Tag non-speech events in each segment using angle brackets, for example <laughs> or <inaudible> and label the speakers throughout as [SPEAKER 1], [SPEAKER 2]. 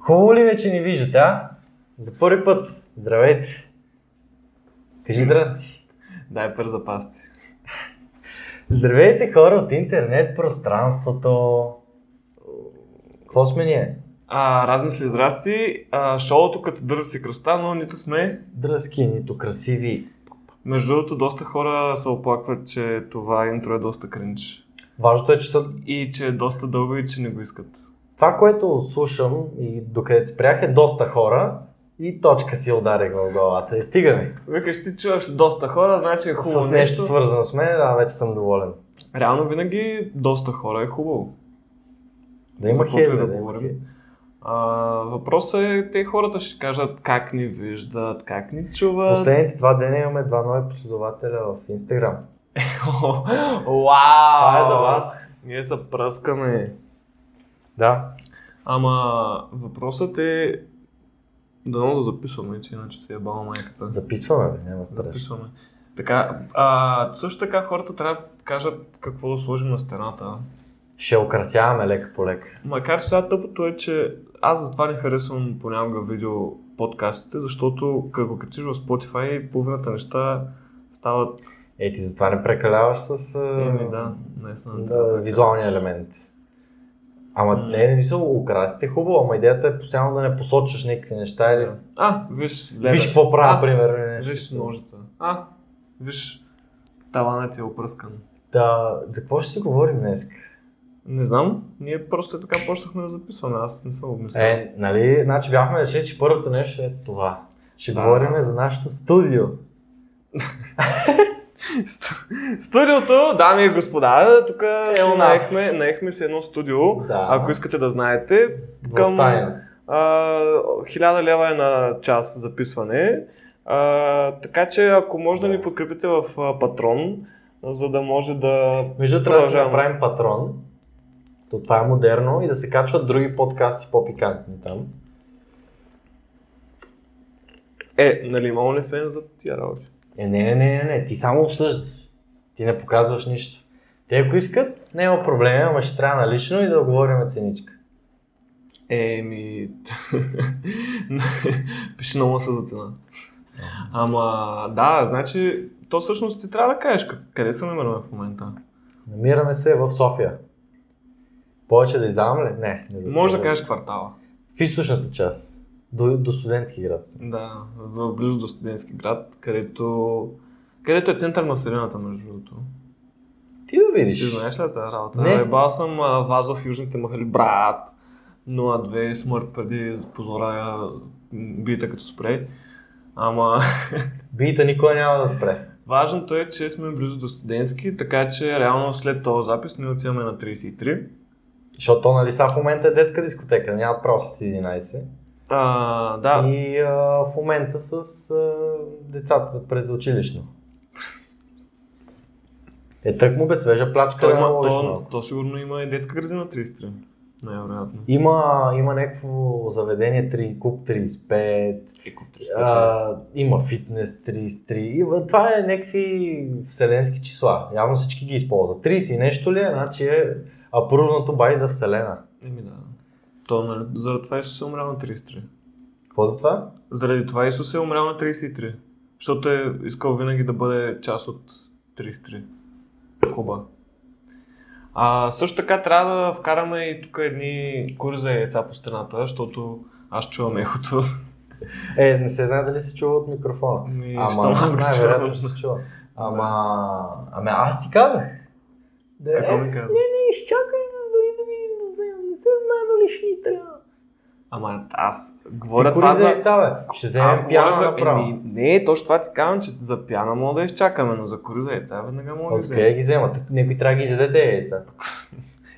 [SPEAKER 1] Хубаво ли ви, че ни виждате, а? За първи път. Здравейте. Кажи здрасти.
[SPEAKER 2] Дай пър за пасти.
[SPEAKER 1] Здравейте хора от интернет пространството. Какво сме ние?
[SPEAKER 2] А, разни си здрасти. А, шоуто като дърво си кръста, но нито сме.
[SPEAKER 1] Дръзки, нито красиви.
[SPEAKER 2] Между другото, доста хора се оплакват, че това интро е доста кринч.
[SPEAKER 1] Важното е, че са...
[SPEAKER 2] И че е доста дълго и че не го искат.
[SPEAKER 1] това, което слушам и докъдето спрях е доста хора и точка си ударих в главата. И стигаме.
[SPEAKER 2] Викаш си, чуваш доста хора, значи е хубаво
[SPEAKER 1] С нещо свързано с мен, а вече съм доволен.
[SPEAKER 2] Реално винаги доста хора е хубаво.
[SPEAKER 1] Да има
[SPEAKER 2] За каквото и
[SPEAKER 1] хейт,
[SPEAKER 2] да
[SPEAKER 1] да има
[SPEAKER 2] говорим.
[SPEAKER 1] хейт.
[SPEAKER 2] А, въпросът е, те хората ще кажат как ни виждат, как ни чуват. <laughs>
[SPEAKER 1] Последните два дена имаме два нови последователя в Инстаграм.
[SPEAKER 2] Вау!
[SPEAKER 1] Това е за вас.
[SPEAKER 2] Ние се пръскаме.
[SPEAKER 1] Да.
[SPEAKER 2] Ама въпросът е... Дано да записваме, че иначе се ебала майката.
[SPEAKER 1] Записваме, бе, няма страш.
[SPEAKER 2] Записваме. Така, а, също така хората трябва да кажат какво да сложим на стената.
[SPEAKER 1] Ще украсяваме лека по лека.
[SPEAKER 2] Макар сега тъпото е, че аз затова не харесвам понякога видео подкастите, защото като го качиш в Spotify, половината неща стават...
[SPEAKER 1] Е, ти затова не прекаляваш с а,
[SPEAKER 2] Еми да, наистина. не трябва
[SPEAKER 1] Е, да, визуалния елемент. Ама
[SPEAKER 2] М.
[SPEAKER 1] не, не са украсите хубаво, ама идеята е постоянно да не посочваш никакви неща или...
[SPEAKER 2] Да. А, виж, гледай.
[SPEAKER 1] Виж какво е. правя,
[SPEAKER 2] А,
[SPEAKER 1] примерно. или нещо.
[SPEAKER 2] Виж ножица. А, виж, таванът е опръскан.
[SPEAKER 1] Да, за какво ще си говорим днес?
[SPEAKER 2] Не знам, ние просто така почнахме да записваме, аз не съм обмислял.
[SPEAKER 1] Е, нали, значи бяхме решили, че първото нещо е това. Ще
[SPEAKER 2] Да.
[SPEAKER 1] говорим за нашето студио.
[SPEAKER 2] Сту- Студиото, дами и господа, тук
[SPEAKER 1] Е у
[SPEAKER 2] си
[SPEAKER 1] нас.
[SPEAKER 2] наехме, наехме си едно студио.
[SPEAKER 1] Да.
[SPEAKER 2] Ако искате да знаете, към
[SPEAKER 1] Двустайно.
[SPEAKER 2] а, 1000 лева е на час записване. А, така че ако може да
[SPEAKER 1] Да.
[SPEAKER 2] ни подкрепите в а, Патрон, за да може да...
[SPEAKER 1] Между другото, трябва да си
[SPEAKER 2] Продължавам.
[SPEAKER 1] направим патрон. То това е модерно и да се качват други подкасти по-пикантни там.
[SPEAKER 2] Е, нали има OnlyFans за тия работи?
[SPEAKER 1] Е, не, не, не, не, не, ти само обсъждаш. Ти не показваш нищо. Те ако искат, няма проблем, ама ще трябва налично и да оговорим ценичка.
[SPEAKER 2] Еми... <laughs> Пиши на лъса за цена. Ама, да, значи, то всъщност ти трябва да кажеш къ- къде се намираме в момента.
[SPEAKER 1] Намираме се в София. Повече да издавам ли? Не, не заслужава.
[SPEAKER 2] Може да кажеш квартала.
[SPEAKER 1] В източната част. До, до студентски град. съм.
[SPEAKER 2] Да, в близо до студентски град, където, където е център на Вселената, между другото.
[SPEAKER 1] Ти да
[SPEAKER 2] Ти
[SPEAKER 1] видиш.
[SPEAKER 2] знаеш ли тази работа?
[SPEAKER 1] Не.
[SPEAKER 2] Не. Ебал съм а, Вазов, Южните махали, брат. 0-2, смърт преди позора бита като спрей. Ама...
[SPEAKER 1] Бита никой няма да спре.
[SPEAKER 2] Важното е, че сме близо до студентски, така че реално след този запис ние отиваме на 33.
[SPEAKER 1] Защото то, нали, сега в момента е детска дискотека, нямат простите 11.
[SPEAKER 2] А, да,
[SPEAKER 1] И а, в момента с а, децата предучилищно. Е, тък му бе свежа плачка.
[SPEAKER 2] то,
[SPEAKER 1] да
[SPEAKER 2] има,
[SPEAKER 1] наложиш
[SPEAKER 2] то,
[SPEAKER 1] малко.
[SPEAKER 2] то, сигурно има и детска градина 33. Най-вероятно.
[SPEAKER 1] Има, има някакво заведение 3, куб 35,
[SPEAKER 2] Еко 35.
[SPEAKER 1] а, има фитнес 33. Има, това е някакви вселенски числа. Явно всички ги използват. 30 и нещо ли е, значи е апрувното байда вселена.
[SPEAKER 2] Еми да. То, нали, заради това Исус е умрял на 33.
[SPEAKER 1] Какво за това?
[SPEAKER 2] Заради това Исус е умрял на 33. Защото е искал винаги да бъде част от 33. Куба. А, също така трябва да вкараме и тук едни кури за яйца по стената, защото аз чувам ехото.
[SPEAKER 1] Е, не се знае дали се чува от микрофона.
[SPEAKER 2] Ми, щом
[SPEAKER 1] Ама,
[SPEAKER 2] аз
[SPEAKER 1] аз
[SPEAKER 2] го
[SPEAKER 1] най-вероятно ще
[SPEAKER 2] чувам.
[SPEAKER 1] се чува. Ама, ама аз ти казах. Да,
[SPEAKER 2] Какво
[SPEAKER 1] е,
[SPEAKER 2] ми каза?
[SPEAKER 1] не, изчакай дори да видим да вземем. Не се знае дали ще ни трябва.
[SPEAKER 2] Ама аз говоря
[SPEAKER 1] Говоря
[SPEAKER 2] това
[SPEAKER 1] за
[SPEAKER 2] за...
[SPEAKER 1] яйца, бе. Ще вземем
[SPEAKER 2] говоря
[SPEAKER 1] пяна
[SPEAKER 2] за-
[SPEAKER 1] направо.
[SPEAKER 2] Еми, не, точно това ти казвам, че за пяна мога да изчакаме, но за кори за яйца веднага мога да
[SPEAKER 1] От
[SPEAKER 2] взема.
[SPEAKER 1] къде ги взема? Тук някой трябва да ги изяде тези яйца.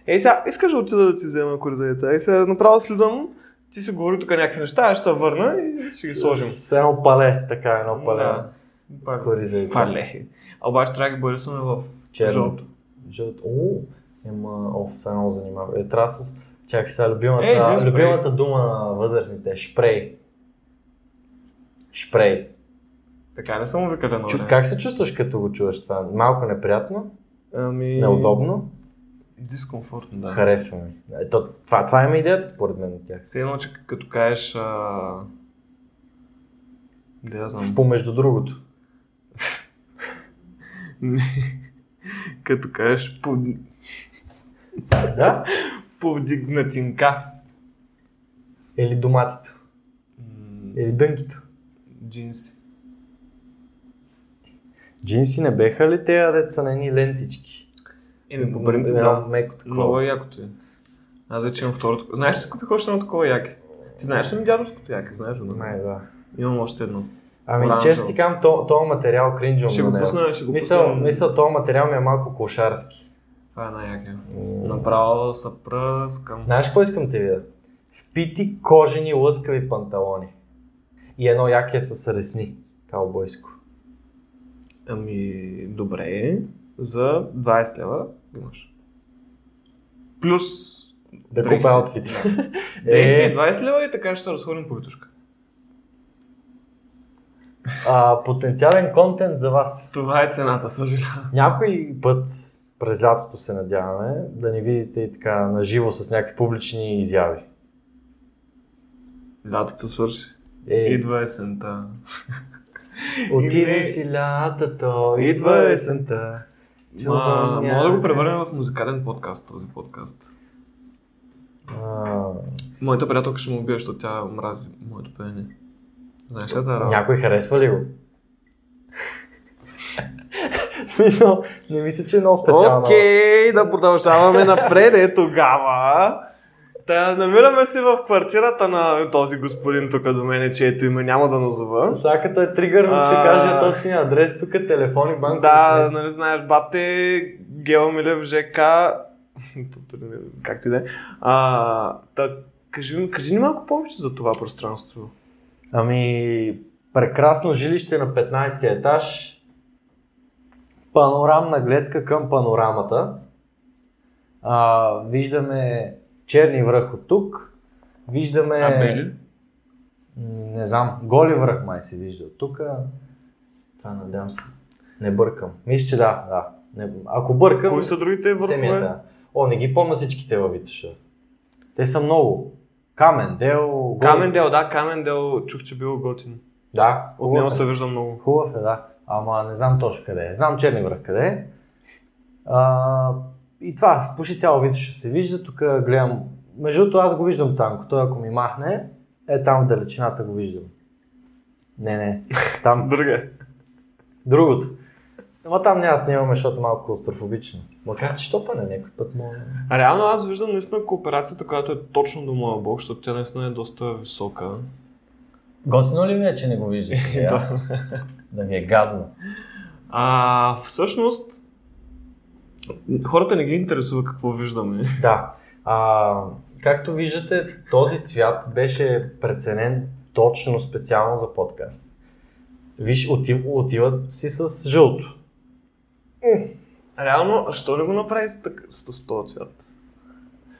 [SPEAKER 2] Ей сега, искаш да отида да ти взема кори за яйца? Ей сега, направо слизам, ти си говори тук някакви неща, аз ще се върна и ще ги сложим.
[SPEAKER 1] С едно пале, така едно пале.
[SPEAKER 2] Да. Пак.
[SPEAKER 1] Кори за яйца.
[SPEAKER 2] Пале. е А обаче трябва да ги бърсаме в
[SPEAKER 1] Черно.
[SPEAKER 2] жълто.
[SPEAKER 1] Жълто. О, ема, оф, сега много занимава. Е, трябва с... Чакай сега, любимата,
[SPEAKER 2] Е, един спрей.
[SPEAKER 1] любимата дума на възрастните. е Шпрей. Шпрей.
[SPEAKER 2] Така не съм викали едно
[SPEAKER 1] Чу,
[SPEAKER 2] време.
[SPEAKER 1] как се чувстваш като го чуваш това? Малко неприятно?
[SPEAKER 2] Ами...
[SPEAKER 1] Неудобно?
[SPEAKER 2] Дискомфортно, да.
[SPEAKER 1] Харесва ми. Е, То, това, това има идеята според мен на тях.
[SPEAKER 2] Все едно, че като кажеш... А... Да, я знам.
[SPEAKER 1] В помежду другото.
[SPEAKER 2] <laughs> като кажеш под...
[SPEAKER 1] Да?
[SPEAKER 2] повдигнатинка.
[SPEAKER 1] Или доматито.
[SPEAKER 2] М,
[SPEAKER 1] Или дънкито.
[SPEAKER 2] Джинси.
[SPEAKER 1] Джинси не беха ли те, деца на едни лентички? Е,
[SPEAKER 2] Еми, по принцип,
[SPEAKER 1] Едно
[SPEAKER 2] Е, да.
[SPEAKER 1] меко такова.
[SPEAKER 2] Много е якото е. Аз вече имам второто. Знаеш ли си купих още едно такова яке? Ти знаеш ли ми дядовското яке? Знаеш го, нали?
[SPEAKER 1] Май, е, да.
[SPEAKER 2] Имам още едно.
[SPEAKER 1] Ами,
[SPEAKER 2] Оранжево.
[SPEAKER 1] често ти кам, то, този материал кринжвам
[SPEAKER 2] Ще
[SPEAKER 1] на
[SPEAKER 2] го
[SPEAKER 1] него.
[SPEAKER 2] пусна, ще го
[SPEAKER 1] Мисъл,
[SPEAKER 2] пусна.
[SPEAKER 1] мисъл, този материал ми е малко клошарски.
[SPEAKER 2] Това е най-якия.
[SPEAKER 1] М,
[SPEAKER 2] Направо са пръскам.
[SPEAKER 1] Знаеш какво искам да ти видя? Впити кожени лъскави панталони. И едно яке с ресни. Каубойско.
[SPEAKER 2] Ами, добре. За 20 лева имаш. Плюс...
[SPEAKER 1] Да
[SPEAKER 2] дрехите.
[SPEAKER 1] купя
[SPEAKER 2] <laughs>
[SPEAKER 1] аутфит.
[SPEAKER 2] Да. Дрехите е 20 лева и така ще се разходим по витушка.
[SPEAKER 1] А, потенциален контент за вас.
[SPEAKER 2] Това е цената, съжалявам.
[SPEAKER 1] Някой път през лятото се надяваме да ни видите и така наживо с някакви публични изяви.
[SPEAKER 2] Лятото свърши.
[SPEAKER 1] Е,
[SPEAKER 2] Идва есента.
[SPEAKER 1] отиде
[SPEAKER 2] идва-
[SPEAKER 1] си лятото,
[SPEAKER 2] идва
[SPEAKER 1] идва есента.
[SPEAKER 2] Ма,
[SPEAKER 1] чувам
[SPEAKER 2] мога да го
[SPEAKER 1] някъде.
[SPEAKER 2] превърнем в музикален подкаст, този подкаст.
[SPEAKER 1] А,
[SPEAKER 2] Моята приятелка ще му убие, защото тя мрази моето пеене. Знаеш ли тази работа?
[SPEAKER 1] Някой харесва
[SPEAKER 2] <laughs>
[SPEAKER 1] ли го? В Смисъл, не мисля, че е много специално.
[SPEAKER 2] Окей, да продължаваме напред, е тогава. Та, намираме се в квартирата на този господин тук до мене, чието име няма да назова.
[SPEAKER 1] Всяката е тригърно, ще
[SPEAKER 2] А.
[SPEAKER 1] каже точния адрес, тук е телефон и банка.
[SPEAKER 2] Да, нали знаеш, бате, Гео Милев, <laughs> ЖК, Тук не- как ти да е. А, Та, кажи, ми- кажи ни малко повече за това пространство.
[SPEAKER 1] Ами, прекрасно жилище на 15 етаж. Панорамна гледка към панорамата. А, виждаме черни връх от тук. Виждаме...
[SPEAKER 2] А Бели?
[SPEAKER 1] М, Не знам, голи връх май се вижда от тук. Това надявам се. Не бъркам. Мисля, че да, да. Не, ако бъркам,
[SPEAKER 2] Кои са другите върхове?
[SPEAKER 1] семията. О, не ги помня всичките във Витоша. Те са много. Камен, дел, Гол-
[SPEAKER 2] Камендел, да, Камендел, чух, че бил готин.
[SPEAKER 1] Да,
[SPEAKER 2] От него
[SPEAKER 1] хубав е.
[SPEAKER 2] се вижда много.
[SPEAKER 1] Хубав е, да. Ама не знам точно къде е. Знам Черни връх къде е. А, и това, почти цяло видео ще се вижда. Тук гледам. Между другото, аз го виждам Цанко. Той ако ми махне, е там в далечината го виждам. Не, не. Там. <laughs>
[SPEAKER 2] Друга.
[SPEAKER 1] Другото. Ама там няма да снимаме, защото е малко клаустрофобично. Макар че що па не някой път мога.
[SPEAKER 2] А реално аз виждам наистина кооперацията, която е точно до моя бог, защото тя наистина е доста висока.
[SPEAKER 1] Готино ли ми е, че не го <laughs> виждате?
[SPEAKER 2] Да.
[SPEAKER 1] да ви е гадно.
[SPEAKER 2] А всъщност, хората не ги интересува какво виждаме.
[SPEAKER 1] Да. А, както виждате, този цвят беше преценен точно специално за подкаст. Виж, отив, отиват си с жълто.
[SPEAKER 2] Реално, що не го направи с, так... с, с този цвят?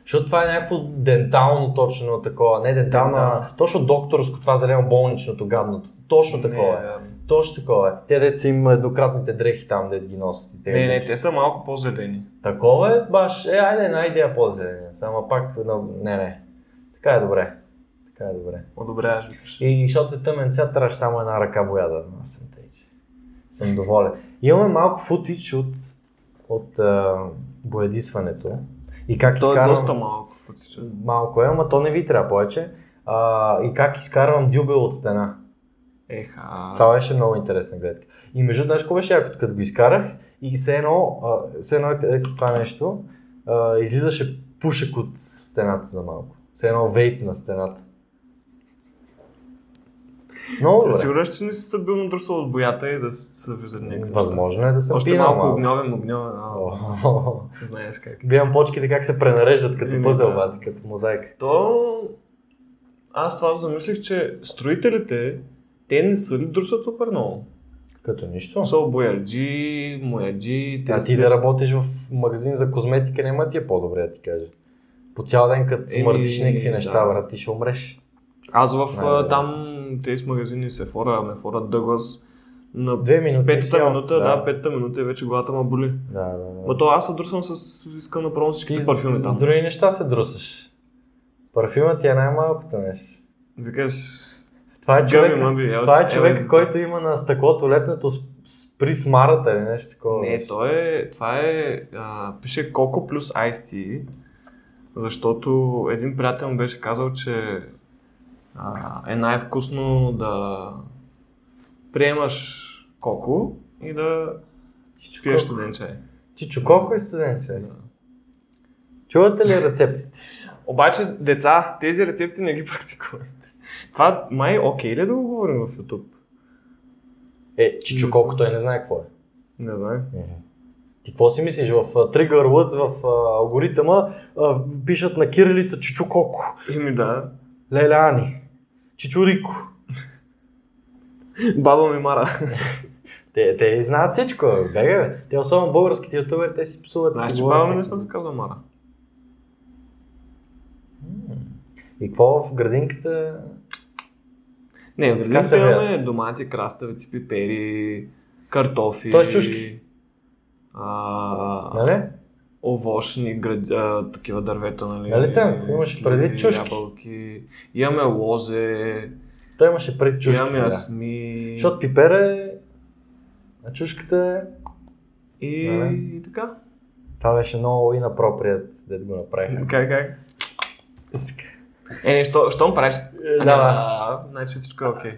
[SPEAKER 1] Защото това е някакво дентално точно такова. Не дентално, а
[SPEAKER 2] Дентално.
[SPEAKER 1] точно докторско, това зелено болничното, гадното. Точно такова е. Точно такова е. Те деца има еднократните дрехи там, дед ги носят. и Те
[SPEAKER 2] Не, не, не, те са малко по-зелени.
[SPEAKER 1] Такова е, баш, е, айде, една идея по-зеления. Само пак, но, не, не. Така е добре. Така е добре.
[SPEAKER 2] Одобряваш ли?
[SPEAKER 1] И защото е тъмен цвят, трябваше само една ръка боя да съм тъй, че съм доволен. Имаме малко футич от, от а, боядисването и как
[SPEAKER 2] То е
[SPEAKER 1] изкарвам...
[SPEAKER 2] доста малко. фактически.
[SPEAKER 1] Малко е, ама то не ви трябва повече. А, и как изкарвам дюбел от стена.
[SPEAKER 2] Еха.
[SPEAKER 1] Това е беше много интересна гледка. И между другото, знаеш какво беше яко, като го изкарах и все едно, а, все едно е- е това нещо, а, излизаше пушек от стената за малко. Все едно вейп на стената. Много
[SPEAKER 2] Ти
[SPEAKER 1] добре.
[SPEAKER 2] Сигурен, че не си се бил надрусал от боята и да си- се виждат някакви неща?
[SPEAKER 1] Възможно е да съм
[SPEAKER 2] Още
[SPEAKER 1] пинал
[SPEAKER 2] малко огньовен, огньовен. а,
[SPEAKER 1] О,
[SPEAKER 2] Знаеш как.
[SPEAKER 1] <laughs> Гледам почките как се пренареждат като
[SPEAKER 2] Еми,
[SPEAKER 1] пъзел,
[SPEAKER 2] да.
[SPEAKER 1] бати, като мозайка.
[SPEAKER 2] То... Аз това замислих, че строителите, те не са ли друсат супер много?
[SPEAKER 1] Като нищо.
[SPEAKER 2] Са боярджи, мояджи, те
[SPEAKER 1] А ти
[SPEAKER 2] си...
[SPEAKER 1] да работиш в магазин за козметика, няма ти е по-добре, да ти кажа. По цял ден, като смъртиш
[SPEAKER 2] Еми,
[SPEAKER 1] някакви неща,
[SPEAKER 2] да.
[SPEAKER 1] брат, ти ще умреш.
[SPEAKER 2] Аз в
[SPEAKER 1] Да, да,
[SPEAKER 2] а,
[SPEAKER 1] да.
[SPEAKER 2] там тези магазини Сефора, Мефора, Дъглас, На
[SPEAKER 1] Две минути. е
[SPEAKER 2] петата
[SPEAKER 1] си аут,
[SPEAKER 2] минута, да, петата минута и вече главата ма боли.
[SPEAKER 1] да, да, да.
[SPEAKER 2] Ма то аз се друсвам с... Искам да пробвам
[SPEAKER 1] Ти
[SPEAKER 2] всичките парфюми
[SPEAKER 1] С
[SPEAKER 2] там.
[SPEAKER 1] други неща се друсаш. Парфюмът ти е най-малкото нещо.
[SPEAKER 2] Викаш...
[SPEAKER 1] Това е
[SPEAKER 2] Гъби,
[SPEAKER 1] човек,
[SPEAKER 2] мъби, ела
[SPEAKER 1] това е
[SPEAKER 2] си-
[SPEAKER 1] човек
[SPEAKER 2] ела си.
[SPEAKER 1] който има на стъклото летното с, с при смарата или нещо такова.
[SPEAKER 2] Не,
[SPEAKER 1] беше.
[SPEAKER 2] то е... Това е... А, пише Коко плюс Ice Tea. Защото един приятел ми беше казал, че а, е най-вкусно да приемаш коко и да
[SPEAKER 1] Чичо
[SPEAKER 2] пиеш
[SPEAKER 1] Коко.
[SPEAKER 2] студен чай.
[SPEAKER 1] Чичо Коко и студенче. Чувате ли рецептите?
[SPEAKER 2] Обаче, деца, тези рецепти не ги <laughs> практикуват. Това май окей ли е да го говорим в YouTube?
[SPEAKER 1] Е,
[SPEAKER 2] Не
[SPEAKER 1] Чичо
[SPEAKER 2] знам.
[SPEAKER 1] Коко той не знае какво е.
[SPEAKER 2] Не знам.
[SPEAKER 1] Ти какво си мислиш? В а, Trigger Words, в а, алгоритъма а, пишат на кирилица Чичо Коко,
[SPEAKER 2] Ими да.
[SPEAKER 1] Леляни, Чичо Рико.
[SPEAKER 2] Баба ми мара.
[SPEAKER 1] Те, те знаят всичко, бега бе. Те особено българските ютубери, те си псуват. и си
[SPEAKER 2] Знаеш, че
[SPEAKER 1] говорят
[SPEAKER 2] Значи баба ми не
[SPEAKER 1] всякакви.
[SPEAKER 2] се казва мара.
[SPEAKER 1] И какво в градинката?
[SPEAKER 2] Не,
[SPEAKER 1] Така
[SPEAKER 2] в Великите
[SPEAKER 1] се
[SPEAKER 2] имаме домати, краставици, пипери, картофи.
[SPEAKER 1] Тоест чушки.
[SPEAKER 2] А,
[SPEAKER 1] Нали?
[SPEAKER 2] овощни град, а, такива дървета, нали?
[SPEAKER 1] Нали, Цанко, имаш
[SPEAKER 2] сливи,
[SPEAKER 1] предвид чушки?
[SPEAKER 2] Ябълки. Имаме лозе,
[SPEAKER 1] Той имаше пред чушката.
[SPEAKER 2] имаме
[SPEAKER 1] Да.
[SPEAKER 2] асми.
[SPEAKER 1] Защото пипер е... А чушката е...
[SPEAKER 2] И,
[SPEAKER 1] Нали?
[SPEAKER 2] и така.
[SPEAKER 1] Това беше много inappropriate, да го направиха.
[SPEAKER 2] Как, как? Е, що, щом правиш?
[SPEAKER 1] Да.
[SPEAKER 2] А, Значи всичко е окей.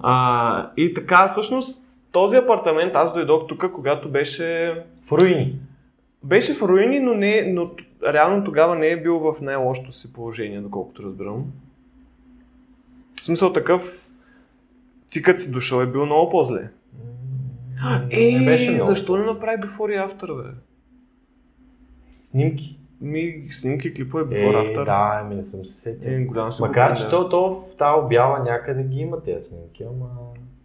[SPEAKER 2] А, и така, всъщност, този апартамент аз дойдох тук, когато беше...
[SPEAKER 1] В руини.
[SPEAKER 2] Беше в руини, но, не, но т- реално тогава не е бил в най-лошото си положение, доколкото разбирам. В смисъл такъв, ти като си дошъл е бил много по-зле. Е,
[SPEAKER 1] Не беше много.
[SPEAKER 2] защо не направи before и after, бе?
[SPEAKER 1] Снимки.
[SPEAKER 2] Ми снимки, клипове,
[SPEAKER 1] Е,
[SPEAKER 2] before, after.
[SPEAKER 1] да, ами не съм се сетил.
[SPEAKER 2] Един голям си
[SPEAKER 1] Макар,
[SPEAKER 2] го
[SPEAKER 1] че то,
[SPEAKER 2] помня.
[SPEAKER 1] то в тази обява някъде ги има тези снимки, ама...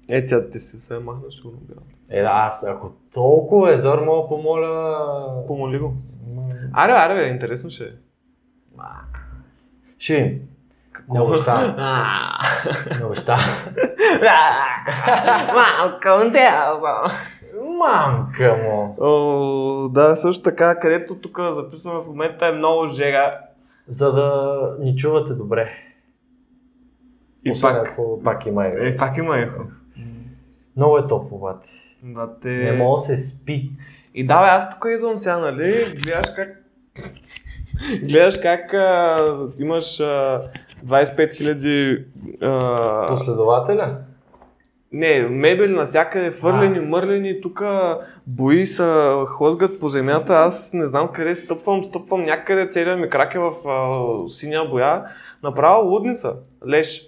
[SPEAKER 2] Е, тя ти си се е махна, сигурно бяла.
[SPEAKER 1] Е, да, аз ако толкова е зор, мога да помоля...
[SPEAKER 2] Помоли го.
[SPEAKER 1] Ма,
[SPEAKER 2] Аре, аре, бе, интересно ще е.
[SPEAKER 1] Ще видим. Не
[SPEAKER 2] <laughs>
[SPEAKER 1] обещавам. Не обещавам.
[SPEAKER 2] Малко те
[SPEAKER 1] Мамка му.
[SPEAKER 2] Да, също така, където тук записваме в момента е много жега.
[SPEAKER 1] За да ни чувате добре.
[SPEAKER 2] И
[SPEAKER 1] Освен
[SPEAKER 2] пак.
[SPEAKER 1] Ако пак има ехо.
[SPEAKER 2] Е, пак има ехо.
[SPEAKER 1] Много е топло, бати.
[SPEAKER 2] Да, те...
[SPEAKER 1] Не мога да се спи.
[SPEAKER 2] И да, бе, аз тук идвам сега, нали? Гледаш как... Гледаш как а, имаш а, 25 хиляди...
[SPEAKER 1] Последователя?
[SPEAKER 2] Не, мебели навсякъде, фърлени,
[SPEAKER 1] А.
[SPEAKER 2] мърлени, тук бои са хлъзгат по земята, аз не знам къде стъпвам, стъпвам някъде, целият ми крак е в а, синя боя, направо лудница, леш.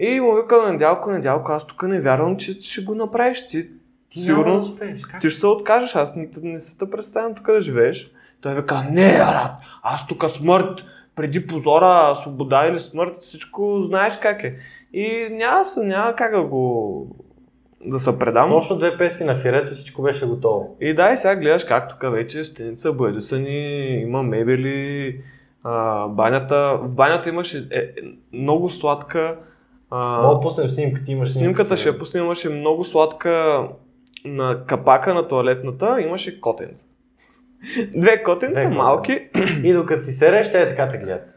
[SPEAKER 2] И му викам, недялко, недялко, аз тук не вярвам, че ще го направиш ти.
[SPEAKER 1] Ти
[SPEAKER 2] Сигурно.
[SPEAKER 1] няма да успееш. Как?
[SPEAKER 2] Ти ще се откажеш, аз не, не се те представям тук да живееш. Той вика, не, Арат, аз тук смърт, преди позора, свобода или смърт, всичко знаеш как е. И няма, се- няма как да го да се предам.
[SPEAKER 1] Точно две песни на фирето всичко беше готово.
[SPEAKER 2] И да, и сега гледаш как тук вече стеница боядисани, има мебели, а, банята. В банята имаше е, е, много сладка. А,
[SPEAKER 1] Мога да пуснем снимка, ти имаш
[SPEAKER 2] Снимката ще я
[SPEAKER 1] сега.
[SPEAKER 2] пусна, имаше много сладка на капака на туалетната, имаше котенца. Две котенца,
[SPEAKER 1] Две котенца.
[SPEAKER 2] малки,
[SPEAKER 1] И докато си сереш, те е така те гледат.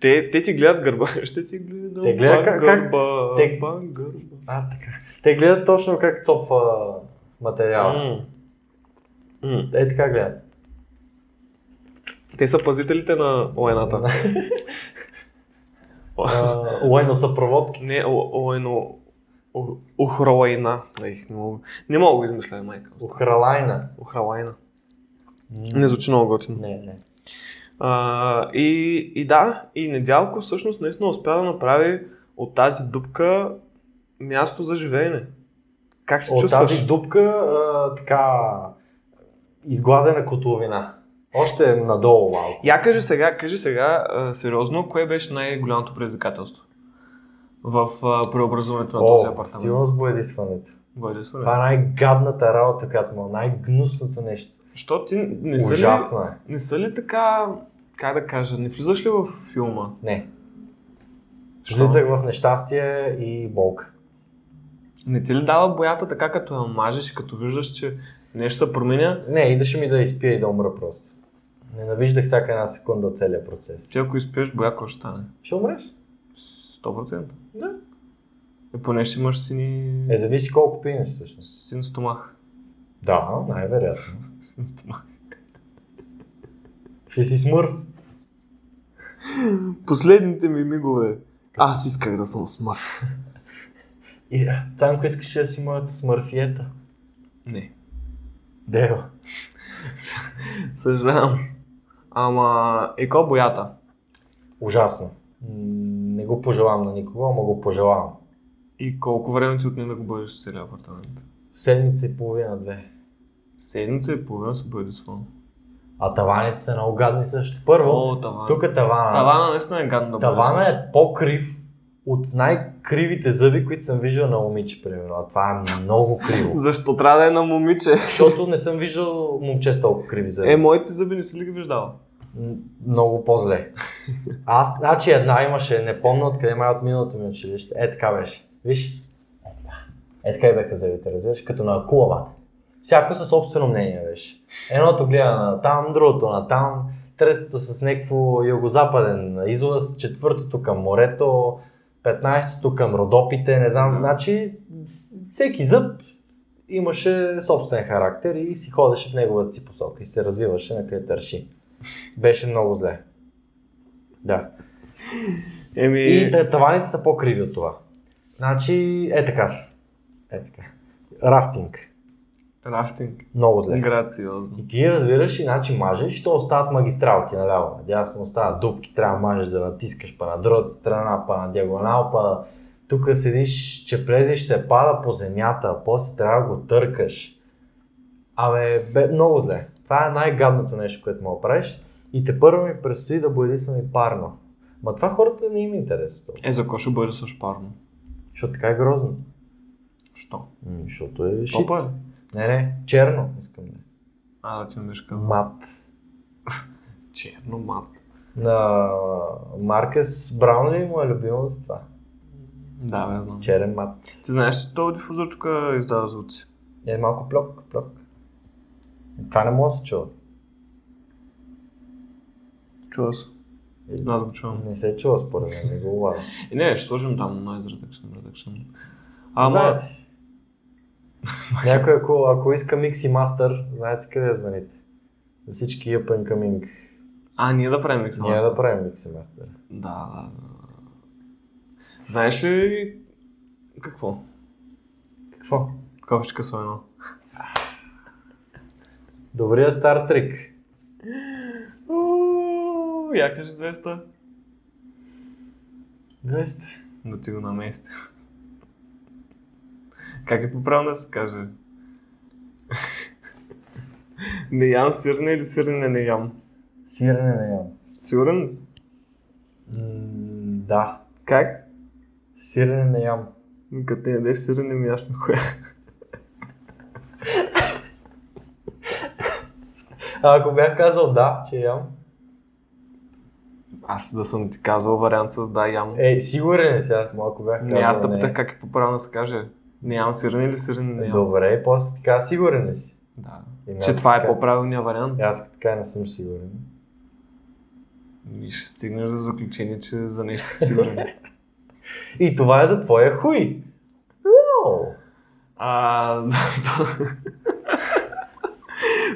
[SPEAKER 2] те, те ти гледат гърба. <laughs> Ще ти гледат
[SPEAKER 1] Те гледат как- как-
[SPEAKER 2] гърба,
[SPEAKER 1] те-
[SPEAKER 2] гърба, гърба.
[SPEAKER 1] А, така. Те гледат точно как цопва материала.
[SPEAKER 2] М. М.
[SPEAKER 1] Е така гледат.
[SPEAKER 2] Те са пазителите на лайната.
[SPEAKER 1] Лайно съпроводки.
[SPEAKER 2] Не, о- лайно... о- Охролайна. Ех, Не мога, не мога да го измисля, майка.
[SPEAKER 1] Охралайна.
[SPEAKER 2] Охролайна.
[SPEAKER 1] М.
[SPEAKER 2] Не звучи много готино.
[SPEAKER 1] Не, не.
[SPEAKER 2] А, и, и да, и Недялко всъщност наистина успя да направи от тази дупка място за живеене. Как се
[SPEAKER 1] От
[SPEAKER 2] чувстваш?
[SPEAKER 1] тази дупка, а, така, изгладена котловина. Още е надолу малко.
[SPEAKER 2] Я кажи сега, кажи сега а, сериозно, кое беше най-голямото предизвикателство в а, преобразуването на е този
[SPEAKER 1] О,
[SPEAKER 2] апартамент?
[SPEAKER 1] силно с боядисването.
[SPEAKER 2] Бъде сурен.
[SPEAKER 1] Това е най-гадната работа, която има, най-гнусното нещо.
[SPEAKER 2] Що ти не са, ли,
[SPEAKER 1] Ужасно е.
[SPEAKER 2] не са ли така, как да кажа, не влизаш ли в филма?
[SPEAKER 1] Не.
[SPEAKER 2] Що?
[SPEAKER 1] Влизах в нещастие и болка.
[SPEAKER 2] Не ти ли дава боята така, като я мажеш и като виждаш, че нещо се променя?
[SPEAKER 1] Не, идеше ми да изпия и да умра просто. Ненавиждах всяка една секунда от целия процес.
[SPEAKER 2] Ти ако изпиеш боя, какво ще стане?
[SPEAKER 1] Ще умреш?
[SPEAKER 2] 100%.
[SPEAKER 1] Да.
[SPEAKER 2] И Е, поне ще имаш сини...
[SPEAKER 1] Е, зависи колко пиеш всъщност.
[SPEAKER 2] Син стомах.
[SPEAKER 1] Да, най-вероятно.
[SPEAKER 2] Син стомах.
[SPEAKER 1] Ще си смърв.
[SPEAKER 2] Последните ми мигове. Аз исках да съм смърт.
[SPEAKER 1] И, а, Цанко искаше да си моята смърфиета.
[SPEAKER 2] Не.
[SPEAKER 1] Дева.
[SPEAKER 2] Съжалявам. Ама, е ко боята?
[SPEAKER 1] Ужасно. М, Не го пожелавам на никого, ама го пожелавам.
[SPEAKER 2] И колко време ти отне да го бъдеш целия апартамент?
[SPEAKER 1] Седмица и половина, две.
[SPEAKER 2] Седмица и половина се бъде свон.
[SPEAKER 1] А таваните са много гадни също. Първо,
[SPEAKER 2] О, тавана.
[SPEAKER 1] тук е тавана.
[SPEAKER 2] Тавана наистина е гадно да бъде
[SPEAKER 1] Тавана
[SPEAKER 2] свон.
[SPEAKER 1] е по-крив от най-кривите зъби, които съм виждал на момиче, примерно. А това е много <laughs> криво.
[SPEAKER 2] Защо трябва да е на момиче?
[SPEAKER 1] Защото не съм виждал момче с толкова криви зъби.
[SPEAKER 2] Е, моите зъби не си ли ги виждала?
[SPEAKER 1] М, Много по-зле. Аз, значи една имаше, не помня откъде май от миналото ми училище. Е, така беше. Виж. Е, така. Е, така и бяха зъбите, разбираш, като на акула, бате. Всяко със собствено мнение беше. Едното гледа на там, другото на там, третото с някакво югозападен излъз, четвъртото към морето, 15-то към Родопите, не знам.
[SPEAKER 2] Да.
[SPEAKER 1] Значи с- всеки зъб имаше собствен характер и си ходеше в неговата си посока и се развиваше на къде търши. Беше много зле. Да.
[SPEAKER 2] Еми,
[SPEAKER 1] И те- таваните са по-криви от това. Значи, е така са. Е така. Рафтинг.
[SPEAKER 2] рафтинг. е
[SPEAKER 1] Много зле.
[SPEAKER 2] Грациозно.
[SPEAKER 1] И ти разбираш, иначе мажеш, то остават магистралки наляво. Надясно остават дупки, трябва да мажеш да натискаш, па на другата страна, па на диагонал, па тук седиш, че плезеш, се пада по земята, после трябва да го търкаш. Абе, бе, много зле. Това е най-гадното нещо, което мога да правиш. И те първо ми предстои да боядисвам и парно. Ма това хората не им е интересно.
[SPEAKER 2] Е, за кой ще бъде с парно?
[SPEAKER 1] Защото така е грозно.
[SPEAKER 2] Що?
[SPEAKER 1] М, Защото е шит.
[SPEAKER 2] Топа е.
[SPEAKER 1] Не, не, черно. Искам да. е.
[SPEAKER 2] А, да ти ми беше казал.
[SPEAKER 1] Мат.
[SPEAKER 2] Черно мат.
[SPEAKER 1] На Маркес Браун ли му е любимо за това?
[SPEAKER 2] Да, бе, знам.
[SPEAKER 1] Черен мат.
[SPEAKER 2] Ти знаеш, че този дифузор тук издава звуци.
[SPEAKER 1] Е малко плок, плок. Това не мога да се чува.
[SPEAKER 2] Чува се.
[SPEAKER 1] Е,
[SPEAKER 2] Аз го чувам.
[SPEAKER 1] Не се чува според мен, не го улавям.
[SPEAKER 2] Е, не, ще сложим там Noise Reduction, Reduction.
[SPEAKER 1] Ама...
[SPEAKER 2] Ама,
[SPEAKER 1] Някой, ако, ако иска микс и мастър, знаете къде да звъните. За всички up and coming.
[SPEAKER 2] а, ние да правим микса.
[SPEAKER 1] Ние да правим микс и мастър.
[SPEAKER 2] Да, да, да. Знаеш ли какво?
[SPEAKER 1] Какво?
[SPEAKER 2] Кофичка с едно.
[SPEAKER 1] Добрия стар трик.
[SPEAKER 2] Уу, е, Я кажи 200.
[SPEAKER 1] 200.
[SPEAKER 2] Да ти го намести. Как е по-правилно да се каже? не ям сирне или сирне не ям?
[SPEAKER 1] Сирене не ям.
[SPEAKER 2] Сигурен ли си?
[SPEAKER 1] М, да.
[SPEAKER 2] Как?
[SPEAKER 1] Сирене не ям.
[SPEAKER 2] Като не ядеш сирене, ми яш на коя.
[SPEAKER 1] А ако бях казал да, че ям,
[SPEAKER 2] Аз да съм ти казал вариант с да ям.
[SPEAKER 1] Е, сигурен ли сега, малко бях
[SPEAKER 2] не, аз те
[SPEAKER 1] не.
[SPEAKER 2] питах как е по-правилно да се каже. Не ям сирене или сирене не ям?
[SPEAKER 1] Добре, и после така сигурен ли си?
[SPEAKER 2] Да.
[SPEAKER 1] Еми,
[SPEAKER 2] Че
[SPEAKER 1] аз
[SPEAKER 2] това е
[SPEAKER 1] така-
[SPEAKER 2] по-правилният вариант.
[SPEAKER 1] И Аз така не съм сигурен.
[SPEAKER 2] И ще стигнеш до заключение, че за нещо си сигурен.
[SPEAKER 1] И това е за твоя хуй. Уау!
[SPEAKER 2] А, <laughs> да, да.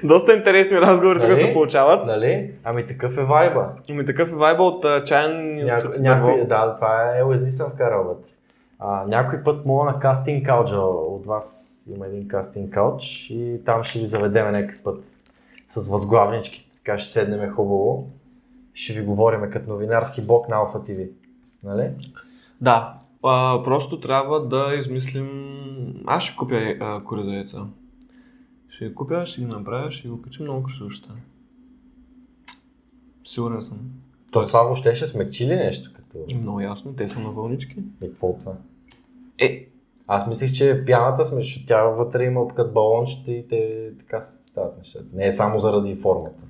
[SPEAKER 2] Доста интересни разговори тук
[SPEAKER 1] Нали?
[SPEAKER 2] се получават.
[SPEAKER 1] Нали? Ами такъв е вайба.
[SPEAKER 2] Ами такъв е вайба от а, чаян и от
[SPEAKER 1] Няко,
[SPEAKER 2] от
[SPEAKER 1] някой,
[SPEAKER 2] дърво.
[SPEAKER 1] да, това е LSD съм вкарал вътре. А, някой път мога на кастинг кауджа от вас. Има един кастинг кауч и там ще ви заведеме някакъв път с възглавнички. Така ще седнеме хубаво. Ще ви говориме като новинарски блок на Алфа ТВ. Нали?
[SPEAKER 2] да. А, просто трябва да измислим... Аз ще купя а, кури за яйца. Ще ги купя, ще ги направя, ще го качим много красиво ще стане. Сигурен съм.
[SPEAKER 1] То е
[SPEAKER 2] Тоест,
[SPEAKER 1] това въобще ще смекчи ли нещо? Като...
[SPEAKER 2] Много ясно, те са на вълнички.
[SPEAKER 1] И какво от това?
[SPEAKER 2] Е,
[SPEAKER 1] Аз мислих, че пяната сме, защото тя вътре има като балончета и те така се стават нещата. Не е само заради формата.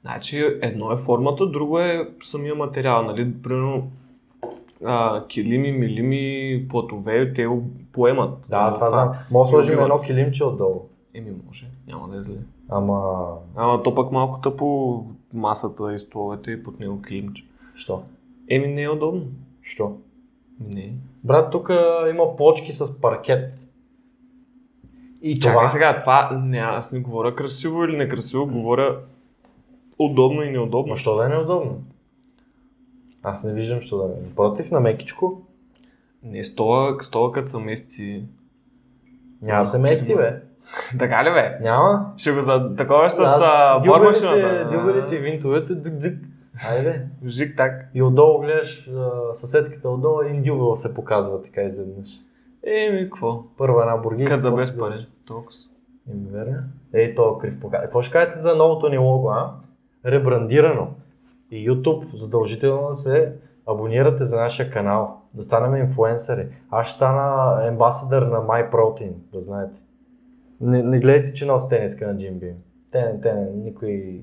[SPEAKER 2] Значи едно е формата, друго е самия материал, нали? Примерно а, килими, милими, платове, те го поемат.
[SPEAKER 1] Да, това
[SPEAKER 2] знам.
[SPEAKER 1] знам. Може да сложим
[SPEAKER 2] любимата.
[SPEAKER 1] едно килимче отдолу.
[SPEAKER 2] Еми може, няма да е зле.
[SPEAKER 1] Ама,
[SPEAKER 2] Ама то пък малко тъпо масата и столовете и под него килимче.
[SPEAKER 1] що?
[SPEAKER 2] Еми не е удобно.
[SPEAKER 1] Що?
[SPEAKER 2] Не. е.
[SPEAKER 1] Брат, тук а, има плочки с паркет. И
[SPEAKER 2] Чакай
[SPEAKER 1] това...
[SPEAKER 2] сега, това не, аз не говоря красиво или некрасиво, говоря удобно и неудобно.
[SPEAKER 1] Ма що да е неудобно? Аз не виждам, що да е. Против на мекичко.
[SPEAKER 2] Не, стола, стола като се мести.
[SPEAKER 1] Няма да се мести, бе.
[SPEAKER 2] <laughs> така ли бе?
[SPEAKER 1] Няма.
[SPEAKER 2] Ще го за... Такова ще
[SPEAKER 1] Аз-
[SPEAKER 2] с бормашината.
[SPEAKER 1] дюбелите- Дюбелите и винтовете, дзик-дзик. Айде.
[SPEAKER 2] Жик так.
[SPEAKER 1] И отдолу гледаш а, съседката отдолу, един дюбел се показва така изведнъж.
[SPEAKER 2] Еми, какво?
[SPEAKER 1] Първа една бургинка.
[SPEAKER 2] Като за без пари. Толкова.
[SPEAKER 1] Им верно. Ей, то крив пока. Какво ще кажете за новото ни лого, а? Ребрандирано. И YouTube задължително да се абонирате за нашия канал. Да станем инфуенсъри. Аз ще стана ембасадър на MyProtein, да знаете. Не, не гледайте, че носи тениска на Jim Beam. Те не, те не, никой...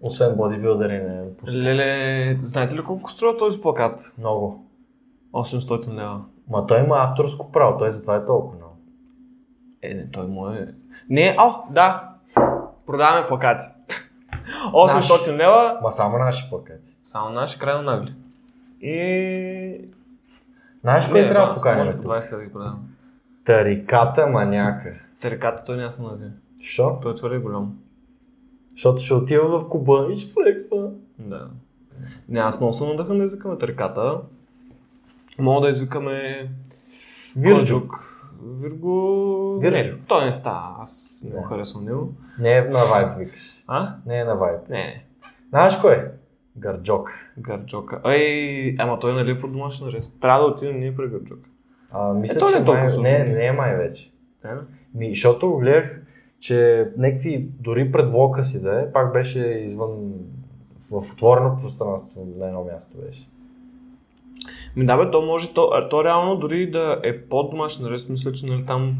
[SPEAKER 1] Освен бодибилдери не е пускал.
[SPEAKER 2] Леле, знаете ли колко струва този плакат?
[SPEAKER 1] Много.
[SPEAKER 2] 800 лева.
[SPEAKER 1] Ма той има авторско право, той затова е толкова много.
[SPEAKER 2] Е, не, той му е... Не, о, да. Продаваме плакати. <laughs> 800 лева.
[SPEAKER 1] Ма само наши пакети.
[SPEAKER 2] Само наши крайно нагли. И...
[SPEAKER 1] Знаеш
[SPEAKER 2] Не,
[SPEAKER 1] кой трябва
[SPEAKER 2] да,
[SPEAKER 1] да
[SPEAKER 2] може
[SPEAKER 1] поканим?
[SPEAKER 2] по
[SPEAKER 1] тук?
[SPEAKER 2] 20 да ги продавам.
[SPEAKER 1] Тариката маняка.
[SPEAKER 2] Тереката той няма са нагли.
[SPEAKER 1] Що?
[SPEAKER 2] Той е твърде голям.
[SPEAKER 1] Защото ще отива в Куба и ще флексва.
[SPEAKER 2] Да. Не, аз много съм надъхан да извикаме тереката. Мога да извикаме...
[SPEAKER 1] Вирджо.
[SPEAKER 2] Коджук. Вирго...
[SPEAKER 1] Вирджо.
[SPEAKER 2] Не, той не става. Аз не го
[SPEAKER 1] Да.
[SPEAKER 2] харесвам него.
[SPEAKER 1] Не е на вайб, викаш.
[SPEAKER 2] А?
[SPEAKER 1] Не е на вайб.
[SPEAKER 2] Не, не.
[SPEAKER 1] Знаеш кой е? Гарджок.
[SPEAKER 2] Гарджока. Ай, ама той нали е по домашен арест. Трябва да отидем ние при Гарджока.
[SPEAKER 1] А, мисля,
[SPEAKER 2] Е, то не
[SPEAKER 1] че
[SPEAKER 2] е толкова
[SPEAKER 1] май-
[SPEAKER 2] сложно.
[SPEAKER 1] не, не е май вече.
[SPEAKER 2] Да,
[SPEAKER 1] Ми, защото го гледах, че някакви, дори пред блока си да е, пак беше извън в отворено пространство на едно място беше.
[SPEAKER 2] Ми да бе, то може, то, а, то реално дори да е под домашен арест, мисля, че нали, там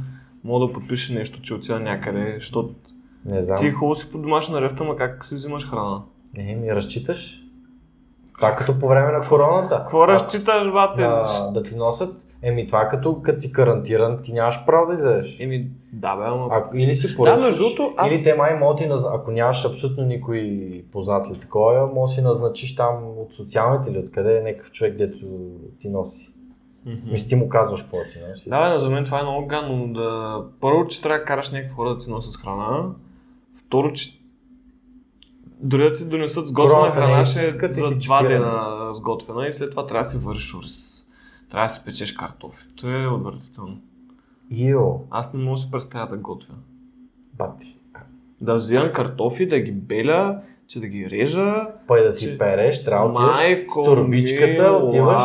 [SPEAKER 2] мога да подпише нещо, че отива някъде, защото
[SPEAKER 1] Не знам.
[SPEAKER 2] ти е хубаво си под домашен арест, ама как си взимаш храна?
[SPEAKER 1] Не, ми разчиташ? Това като по време на короната.
[SPEAKER 2] Какво разчиташ, бате?
[SPEAKER 1] Да,
[SPEAKER 2] Защ-
[SPEAKER 1] да ти носят. Еми това е като, като си карантиран, ти нямаш право да излезеш.
[SPEAKER 2] Еми, да бе, ама...
[SPEAKER 1] А, или си поръчаш,
[SPEAKER 2] Да, между другото, аз-
[SPEAKER 1] аз... или те май могат и наз... ако нямаш абсолютно никой познат ли такова, може да си назначиш там от социалните или откъде е някакъв човек, дето ти носи.
[SPEAKER 2] Мгм.
[SPEAKER 1] Мисля, ти му казваш какво ти носи.
[SPEAKER 2] Да, бе, но за мен това е много гадно. Да... Първо, че трябва да караш някакви хора да ти носят храна. Второ, че дори да ти донесат сготвена
[SPEAKER 1] Короната не е
[SPEAKER 2] храна, ще е
[SPEAKER 1] истинска, ти
[SPEAKER 2] за
[SPEAKER 1] си
[SPEAKER 2] два
[SPEAKER 1] чипиран.
[SPEAKER 2] дена сготвена и след това трябва да си вършиш урис. Трябва да си печеш картофи. То е отвратително.
[SPEAKER 1] Ио,
[SPEAKER 2] Аз не мога да си представя да готвя.
[SPEAKER 1] бати.
[SPEAKER 2] Да взимам картофи, да ги беля, че да ги режа.
[SPEAKER 1] Пай да си
[SPEAKER 2] Че-
[SPEAKER 1] переш, трябва да отиваш с
[SPEAKER 2] Майко,
[SPEAKER 1] турбичката,
[SPEAKER 2] мила.
[SPEAKER 1] отиваш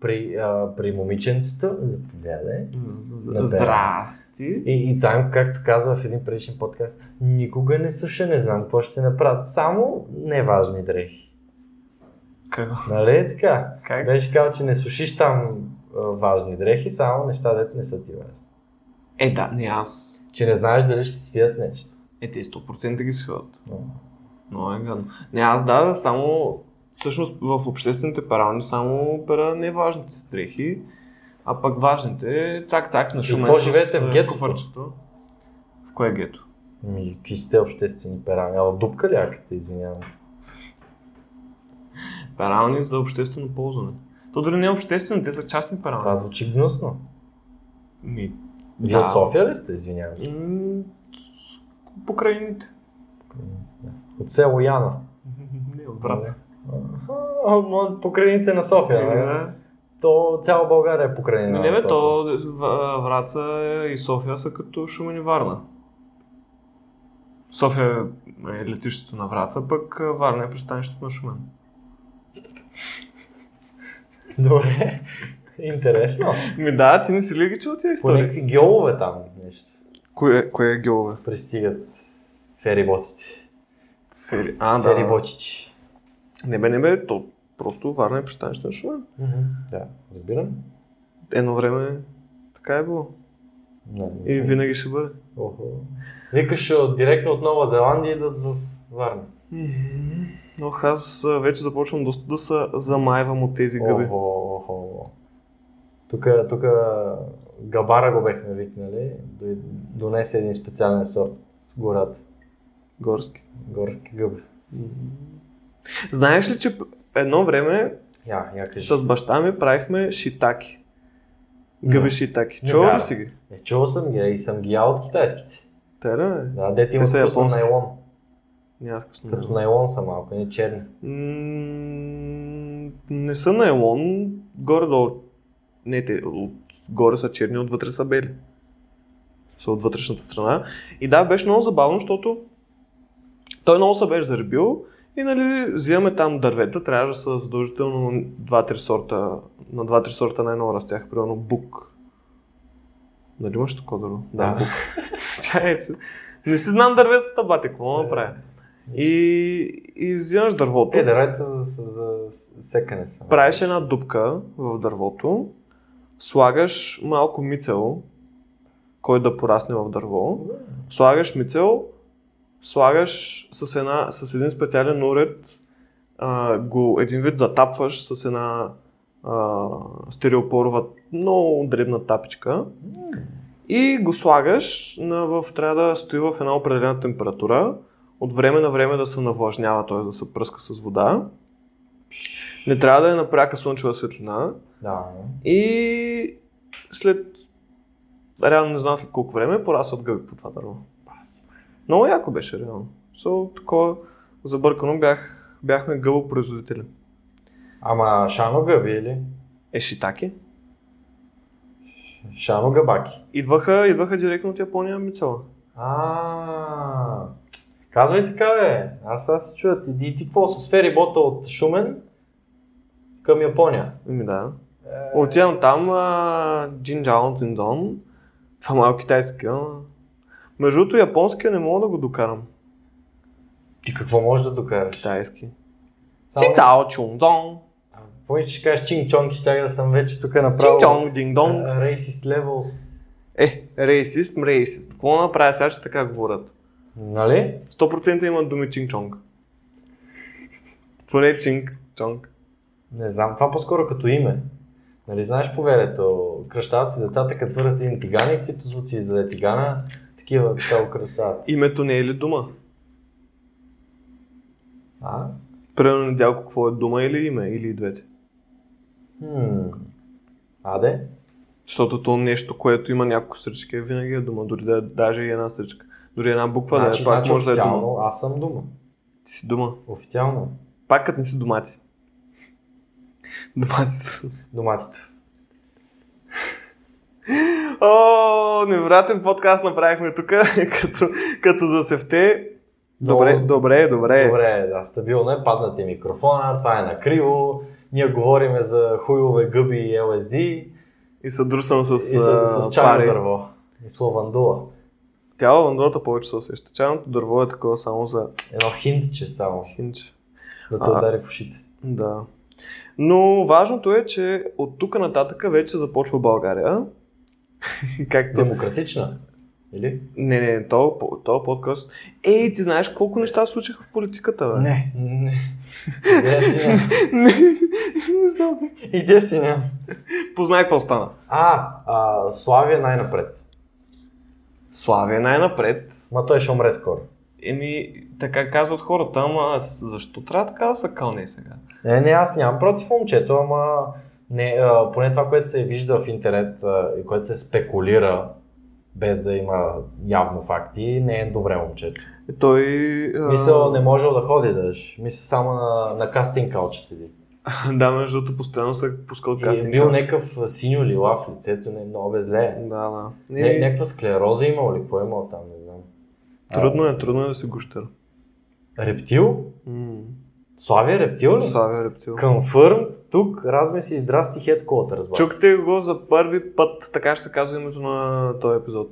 [SPEAKER 1] при, а, при момиченцето, заповядай.
[SPEAKER 2] З- з-
[SPEAKER 1] Да.
[SPEAKER 2] Здрасти.
[SPEAKER 1] И, и Цанко, както каза в един предишен подкаст, никога не слуша, не знам какво ще направят, само неважни дрехи.
[SPEAKER 2] Как?
[SPEAKER 1] Нали е така?
[SPEAKER 2] как?
[SPEAKER 1] Беше казал, че не сушиш там а, важни дрехи, само неща, дето не са ти важни.
[SPEAKER 2] Е, да, не аз.
[SPEAKER 1] Че не знаеш дали ще свият нещо.
[SPEAKER 2] Е, те 100% ги свиват.
[SPEAKER 1] Но,
[SPEAKER 2] Много е гадно. Не, аз да, да, само всъщност в обществените перални само пера неважните дрехи, а пък важните цак-цак на
[SPEAKER 1] И какво
[SPEAKER 2] шумето
[SPEAKER 1] живеете в
[SPEAKER 2] е,
[SPEAKER 1] гетото?
[SPEAKER 2] куфарчето. В кое гето?
[SPEAKER 1] Ми, какви сте обществени перани? А в дупка ли акате, извинявам?
[SPEAKER 2] Перални за обществено ползване. То дори не е обществено, те са частни перални.
[SPEAKER 1] Това звучи гнусно.
[SPEAKER 2] Ми,
[SPEAKER 1] Вие
[SPEAKER 2] да.
[SPEAKER 1] от София ли сте, извинявам се?
[SPEAKER 2] М, с- Покрайните.
[SPEAKER 1] От село Яна.
[SPEAKER 2] Не, от Враца.
[SPEAKER 1] Аха, ама Покрайните на София, не?
[SPEAKER 2] Да.
[SPEAKER 1] То цяла България е покрайнина
[SPEAKER 2] Ми,
[SPEAKER 1] на
[SPEAKER 2] Не, Нали, бе,
[SPEAKER 1] София.
[SPEAKER 2] то В- Враца и София са като Шумен и Варна. София е летището на Враца, пък Варна е пристанището на Шумен.
[SPEAKER 1] Добре. Интересно.
[SPEAKER 2] Ми да, ти не си ли ги чул тия
[SPEAKER 1] По
[SPEAKER 2] истории?
[SPEAKER 1] някакви геолове там нещо.
[SPEAKER 2] Кое, кое е геове?
[SPEAKER 1] Пристигат фериботите.
[SPEAKER 2] Фери... А, да.
[SPEAKER 1] Фериботчици.
[SPEAKER 2] Не бе, не бе, то просто Варна е пристанището на Шумен.
[SPEAKER 1] Да, разбирам.
[SPEAKER 2] Едно време така е било. И винаги ще бъде.
[SPEAKER 1] Охо. Викаш от- директно от Нова Зеландия идват в Варна.
[SPEAKER 2] Но аз а, вече започвам доста да се замайвам от тези гъби.
[SPEAKER 1] Охо, охо, Тук, тук габара го бехме викнали, дой- донесе един специален сорт в гората.
[SPEAKER 2] Горски.
[SPEAKER 1] Горски гъбри.
[SPEAKER 2] Знаеш ли, че едно време
[SPEAKER 1] Я, я кажи.
[SPEAKER 2] с баща ми правихме шитаки. Гъби шитаки.
[SPEAKER 1] Не
[SPEAKER 2] Чува ли
[SPEAKER 1] вярвам.
[SPEAKER 2] си ги?
[SPEAKER 1] Е, чувал съм ги а и съм ги ял от китайските.
[SPEAKER 2] Те да не?
[SPEAKER 1] Да, дете
[SPEAKER 2] Те
[SPEAKER 1] има
[SPEAKER 2] са
[SPEAKER 1] вкус на
[SPEAKER 2] японски.
[SPEAKER 1] найлон.
[SPEAKER 2] Няма вкусно.
[SPEAKER 1] Като найлон са малко, не черни.
[SPEAKER 2] М, Не са найлон, горе-долу. Не, те отгоре са черни, отвътре са бели. Са от вътрешната страна. И да, беше много забавно, защото той много се беше заребил и нали, взимаме там дървета, трябваше да са задължително два-три сорта, на два-три сорта най-много растях, примерно бук. Нали имаш такова дърво? Да,
[SPEAKER 1] Да.
[SPEAKER 2] <laughs> бук. Чай, че- не си знам дърветата, бате, какво
[SPEAKER 1] Е.
[SPEAKER 2] направя? И, и взимаш дървото.
[SPEAKER 1] Е, дървета за, за, за секане са.
[SPEAKER 2] Правиш една дупка в дървото, слагаш малко мицел, който да порасне в дърво, слагаш мицел, слагаш с, една, с един специален уред, а, го един вид затапваш с една а, стереопорова, много дребна тапичка и го слагаш, на, в, трябва да стои в една определена температура, от време на време да се навлажнява, т.е. да се пръска с вода. Не трябва да е на пряка слънчева светлина.
[SPEAKER 1] Да.
[SPEAKER 2] И след... Реално не знам след колко време порасват гъби по това дърво. Много яко беше реално. So, такова забъркано бях, бяхме гъбопроизводители.
[SPEAKER 1] Ама шано гъби или?
[SPEAKER 2] Е, шитаки.
[SPEAKER 1] Шано гъбаки.
[SPEAKER 2] Идваха, идваха директно от Япония мицела.
[SPEAKER 1] А, казвай така, бе. Аз сега се чуя. Ти, ти, ти какво с ферибота от Шумен към Япония?
[SPEAKER 2] Ами да.
[SPEAKER 1] Е,
[SPEAKER 2] Отивам там, а, джинджао, дзиндон. Това малко китайски, ама... Между другото, японския не мога да го докарам.
[SPEAKER 1] Ти какво можеш да докараш?
[SPEAKER 2] Китайски.
[SPEAKER 1] Само-
[SPEAKER 2] Цинцао, чунзон.
[SPEAKER 1] А, Помниш, че кажеш чинг чонг и щях да съм вече тук направо.
[SPEAKER 2] Чинчонг, динг-донг.
[SPEAKER 1] а, Eh, Racist levels.
[SPEAKER 2] Е, рейсист, рейсист. Какво направя сега, че така говорят?
[SPEAKER 1] Нали?
[SPEAKER 2] 100% имат думи чинг-чонг. Поне чинг-чонг.
[SPEAKER 1] Не знам, това по-скоро като име. Нали, знаеш поверието, кръщават си децата, като върнат един тиганик, тито звуци издаде тигана, такива цяло кръщават.
[SPEAKER 2] Името не е ли дума?
[SPEAKER 1] А?
[SPEAKER 2] Примерно недялко, какво е дума или име, или и двете.
[SPEAKER 1] Хм. Аде?
[SPEAKER 2] Защото то нещо, което има няколко сръчки, е винаги е дума, дори да е даже и една сръчка. Дори една буква да е, пак може да е дума.
[SPEAKER 1] Значи, официално аз съм дума.
[SPEAKER 2] Ти си дума.
[SPEAKER 1] Официално.
[SPEAKER 2] Пак като не си домати. <laughs> Домати са.
[SPEAKER 1] Доматито.
[SPEAKER 2] О, невероятен подкаст направихме тук, <laughs> като, като за сефте. Добре,
[SPEAKER 1] Много-
[SPEAKER 2] добре, добре.
[SPEAKER 1] Добре, да, стабилно е, падна ти микрофона, това е накриво, ние говориме за хуйове, гъби и LSD.
[SPEAKER 2] И съдрусвам с,
[SPEAKER 1] и с,
[SPEAKER 2] а,
[SPEAKER 1] с чайно
[SPEAKER 2] пари.
[SPEAKER 1] дърво. И с лавандула.
[SPEAKER 2] Тя лавандулата повече се усеща. Чайното дърво е такова само за
[SPEAKER 1] Едно хинтче само,
[SPEAKER 2] хинче.
[SPEAKER 1] да те
[SPEAKER 2] А.
[SPEAKER 1] удари в ушите.
[SPEAKER 2] Да. Но важното е, че от тук нататък вече започва България. <laughs> Както...
[SPEAKER 1] Демократична? Или?
[SPEAKER 2] Не, не, то, то подкаст... Ей, ти знаеш колко неща се случиха в политиката, бе?
[SPEAKER 1] Не. Не. Идея си ням.
[SPEAKER 2] <laughs> не, не знам.
[SPEAKER 1] Идея си ням.
[SPEAKER 2] Познай какво стана.
[SPEAKER 1] А, а, Славия най-напред.
[SPEAKER 2] Славия най-напред.
[SPEAKER 1] Ма той ще умре скоро.
[SPEAKER 2] Еми, така казват хората, ама аз защо трябва така да се кълне сега?
[SPEAKER 1] Не, не, аз нямам против момчето, ама не, а, поне това, което се вижда в интернет а, и което се спекулира, без да има явно факти, не е добре момчето.
[SPEAKER 2] Той...
[SPEAKER 1] Мисля, не можел да ходи даже. Мисля, само на, на кастинг кауча седи.
[SPEAKER 2] <laughs> Да, между другото, постоянно се пускал
[SPEAKER 1] И е
[SPEAKER 2] кастинг.
[SPEAKER 1] бил
[SPEAKER 2] кауча.
[SPEAKER 1] някакъв синьо лила в лицето, не, е много бе зле.
[SPEAKER 2] Да, да. Не,
[SPEAKER 1] Не, някаква склероза имал ли? Какво е имал там, не знам.
[SPEAKER 2] Трудно е, трудно е да се гущер.
[SPEAKER 1] А, рептил? Славия рептил ли?
[SPEAKER 2] Славя рептил.
[SPEAKER 1] Confirmed, тук, разме си, здрасти, headquarters, разбрах.
[SPEAKER 2] Чукте го за първи път, така ще се казва името на този епизод.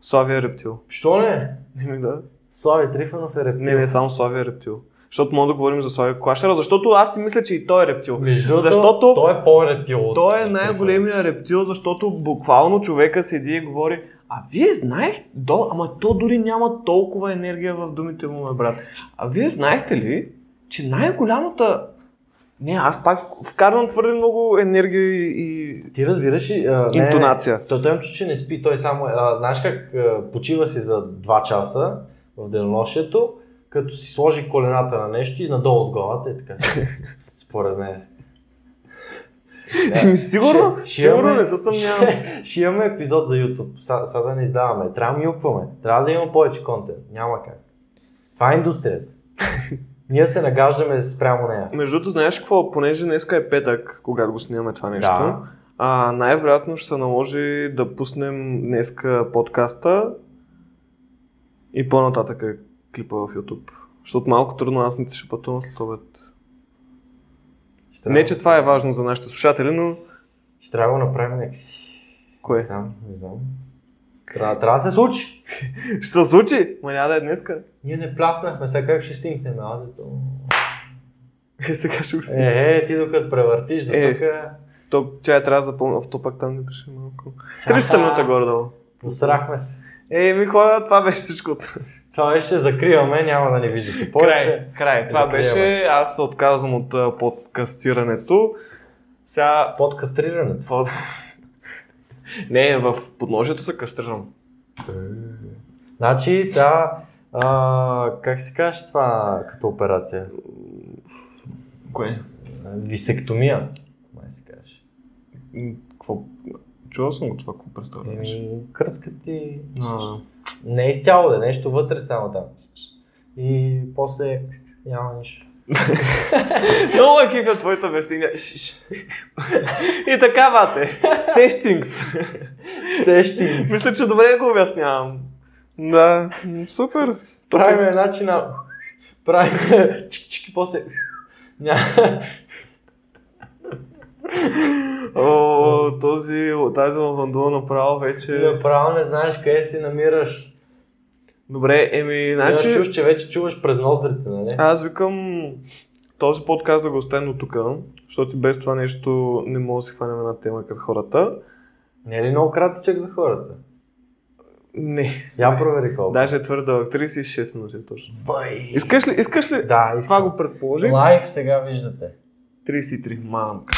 [SPEAKER 2] Славия рептил.
[SPEAKER 1] Що не?
[SPEAKER 2] Не ми да.
[SPEAKER 1] Слави Трифанов е рептил.
[SPEAKER 2] Не, не, само Славия рептил. Защото мога да говорим за Славия Клашера, защото аз си мисля, че и той е рептил.
[SPEAKER 1] Между другото,
[SPEAKER 2] Защото-
[SPEAKER 1] той е по-рептил. от-
[SPEAKER 2] Той е
[SPEAKER 1] от
[SPEAKER 2] най-големия рептил, защото буквално човека седи и говори А вие знаехте, до, ама то дори няма толкова енергия в думите му, бе, брат. А вие знаехте ли, че най-голямата Не, аз пак в- вкарвам твърде много енергия и... и-
[SPEAKER 1] Ти разбираш и... А, не,
[SPEAKER 2] Интонация.
[SPEAKER 1] Не, той Тъмчо, че не спи, той само... А, знаеш как а, почива си за 2 часа в денонощието, като си сложи колената на нещо и надолу от главата и
[SPEAKER 2] <laughs>
[SPEAKER 1] така. Според мен.
[SPEAKER 2] Ми, Е, <laughs> сигурно,
[SPEAKER 1] Е, Ще- ще
[SPEAKER 2] сигурно
[SPEAKER 1] имаме-
[SPEAKER 2] не се
[SPEAKER 1] <laughs>
[SPEAKER 2] съмнявам.
[SPEAKER 1] Ще, ще имаме епизод за YouTube. Сега са да не издаваме. Трябва да мюкваме. Трябва да има повече контент. Няма как. Това е
[SPEAKER 2] <laughs>
[SPEAKER 1] индустрията. Ние се нагаждаме спрямо нея.
[SPEAKER 2] Между другото, знаеш какво? Понеже днеска е петък, когато го снимаме това нещо,
[SPEAKER 1] Да.
[SPEAKER 2] а, най-вероятно ще се наложи да пуснем днеска подкаста и по-нататък е клипа в YouTube. Защото малко трудно аз не ще пътувам след обед.
[SPEAKER 1] Ще трябва-
[SPEAKER 2] Не, че това е важно за нашите слушатели, но
[SPEAKER 1] Ще трябва да го направим някакси. Не
[SPEAKER 2] кое? <laughs>
[SPEAKER 1] знам, не знам. Трябва, трябва да се случи.
[SPEAKER 2] Ще се случи! Ма няма да е днеска.
[SPEAKER 1] Ние не пляснахме, сега как ще синкнем аудиото?
[SPEAKER 2] Е, сега ще го си. Е.
[SPEAKER 1] Е, е, ти докато превъртиш до
[SPEAKER 2] Е.
[SPEAKER 1] тук,
[SPEAKER 2] То, чай трябва да запомня. В то пак там не беше малко. 300 минута горе-долу.
[SPEAKER 1] посрахме се.
[SPEAKER 2] Е, ми хора, това беше всичко от нас.
[SPEAKER 1] Това беше закриваме, няма да ни виждате повече.
[SPEAKER 2] Край, край. Това
[SPEAKER 1] Закриваме.
[SPEAKER 2] беше. Аз се отказвам от а, подкастирането. Сега...
[SPEAKER 1] Подкастрирането.
[SPEAKER 2] Под... Не, в подножието се кастрирам.
[SPEAKER 1] Е. Значи сега, а, как се каже това като операция?
[SPEAKER 2] Кое?
[SPEAKER 1] Висектомия, май се каже.
[SPEAKER 2] Какво? Чувал съм го това, какво представляваш?
[SPEAKER 1] Еми, кръцкат ти...
[SPEAKER 2] А,
[SPEAKER 1] Не изцяло да е, нещо вътре само там. И после няма нищо.
[SPEAKER 2] <laughs> Много е кифа твоето обяснение. Ш, ш. И така, бате. Сещингс.
[SPEAKER 1] Сещи!
[SPEAKER 2] Мисля, че добре го обяснявам. Да, супер.
[SPEAKER 1] Правиме начина... <laughs> Правиме... Чик-чик и после... Няма...
[SPEAKER 2] О, този, тази лавандула направо вече...
[SPEAKER 1] Направо не знаеш къде се намираш.
[SPEAKER 2] Добре, еми,
[SPEAKER 1] Значи...
[SPEAKER 2] значи...
[SPEAKER 1] чуш, че вече чуваш през ноздрите, нали?
[SPEAKER 2] Аз викам този подкаст да го оставим до тук, защото и без това нещо не мога да си хванем една тема към хората.
[SPEAKER 1] Не е ли много кратичък за хората?
[SPEAKER 2] Не,
[SPEAKER 1] Я провери колко.
[SPEAKER 2] даже е твърде дълъг, 36 минути е точно.
[SPEAKER 1] Бай.
[SPEAKER 2] Искаш ли, искаш ли?
[SPEAKER 1] Да, искам.
[SPEAKER 2] Това го предположи.
[SPEAKER 1] Лайв сега виждате.
[SPEAKER 2] 33, мамка.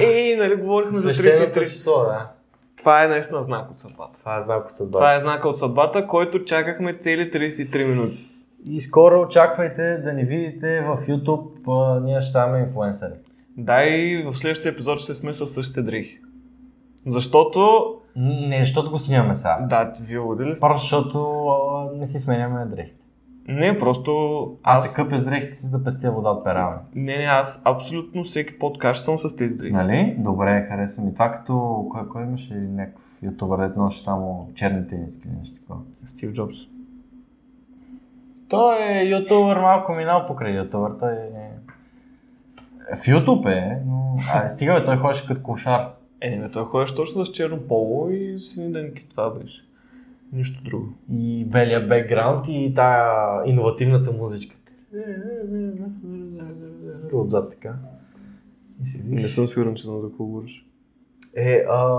[SPEAKER 2] Ей, нали говорихме за
[SPEAKER 1] 33
[SPEAKER 2] 33.
[SPEAKER 1] число, да.
[SPEAKER 2] Това е наистина знак от съдбата.
[SPEAKER 1] Това е знак от съдбата.
[SPEAKER 2] Това е знака от съдбата, който чакахме цели 33 минути.
[SPEAKER 1] И скоро очаквайте да ни видите в YouTube. а, ние ще ставаме инфуенсъри.
[SPEAKER 2] Да, и в следващия епизод ще сме със същите дрехи. Защото...
[SPEAKER 1] М, Не, защото го снимаме сега.
[SPEAKER 2] Да, ти- вие луди ли сте?
[SPEAKER 1] Просто защото а, не си сменяме дрехите.
[SPEAKER 2] Не, просто...
[SPEAKER 1] Аз, се къпя с дрехите си да пестя вода от пераване.
[SPEAKER 2] Не, не, аз абсолютно всеки подкаст съм с тези дрехи.
[SPEAKER 1] Нали? Добре, хареса ми. Това като... Кой, кой имаше някакъв ютубър, дето носи само черни тениски или нещо такова?
[SPEAKER 2] Стив Джобс.
[SPEAKER 1] Той е ютубър, малко минал покрай ютубър. Той е... В ютуб е, но... А, стига бе, той ходеше като кошар.
[SPEAKER 2] Е, не, той ходиш точно с черно поло и сини дънки. Това беше. Нищо друго.
[SPEAKER 1] И белия бекграунд и тая иновативната музичка. Отзад така. И
[SPEAKER 2] Не
[SPEAKER 1] седиш.
[SPEAKER 2] съм сигурен, че знам за какво говориш.
[SPEAKER 1] Е, а,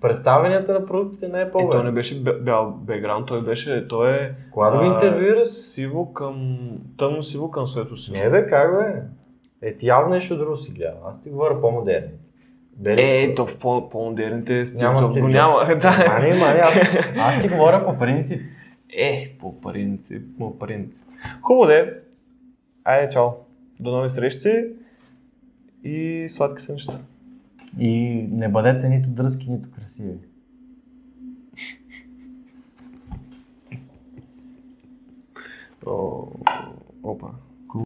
[SPEAKER 1] представенията на продуктите не е
[SPEAKER 2] Е,
[SPEAKER 1] по-бе.
[SPEAKER 2] той не беше бя- бял бекграунд, той беше, той е
[SPEAKER 1] Кога да го
[SPEAKER 2] а,
[SPEAKER 1] интервюира?
[SPEAKER 2] сиво към, тъмно сиво към светло сиво.
[SPEAKER 1] Не бе, как бе? Е, ти явно нещо друго си гледа. Аз ти говоря по-модерните.
[SPEAKER 2] Е, е, то в по- по-модерните Стив
[SPEAKER 1] Няма
[SPEAKER 2] Джобс
[SPEAKER 1] Стив
[SPEAKER 2] го
[SPEAKER 1] Джобс.
[SPEAKER 2] няма. <laughs> да.
[SPEAKER 1] Мани, мани, Ами, аз,
[SPEAKER 2] <laughs>
[SPEAKER 1] аз ти говоря по принцип.
[SPEAKER 2] Е, по принцип, по принцип. Хубаво де. Айде, чао. До нови срещи и сладки сънища.
[SPEAKER 1] И не бъдете нито дръзки, нито красиви.
[SPEAKER 2] О, опа.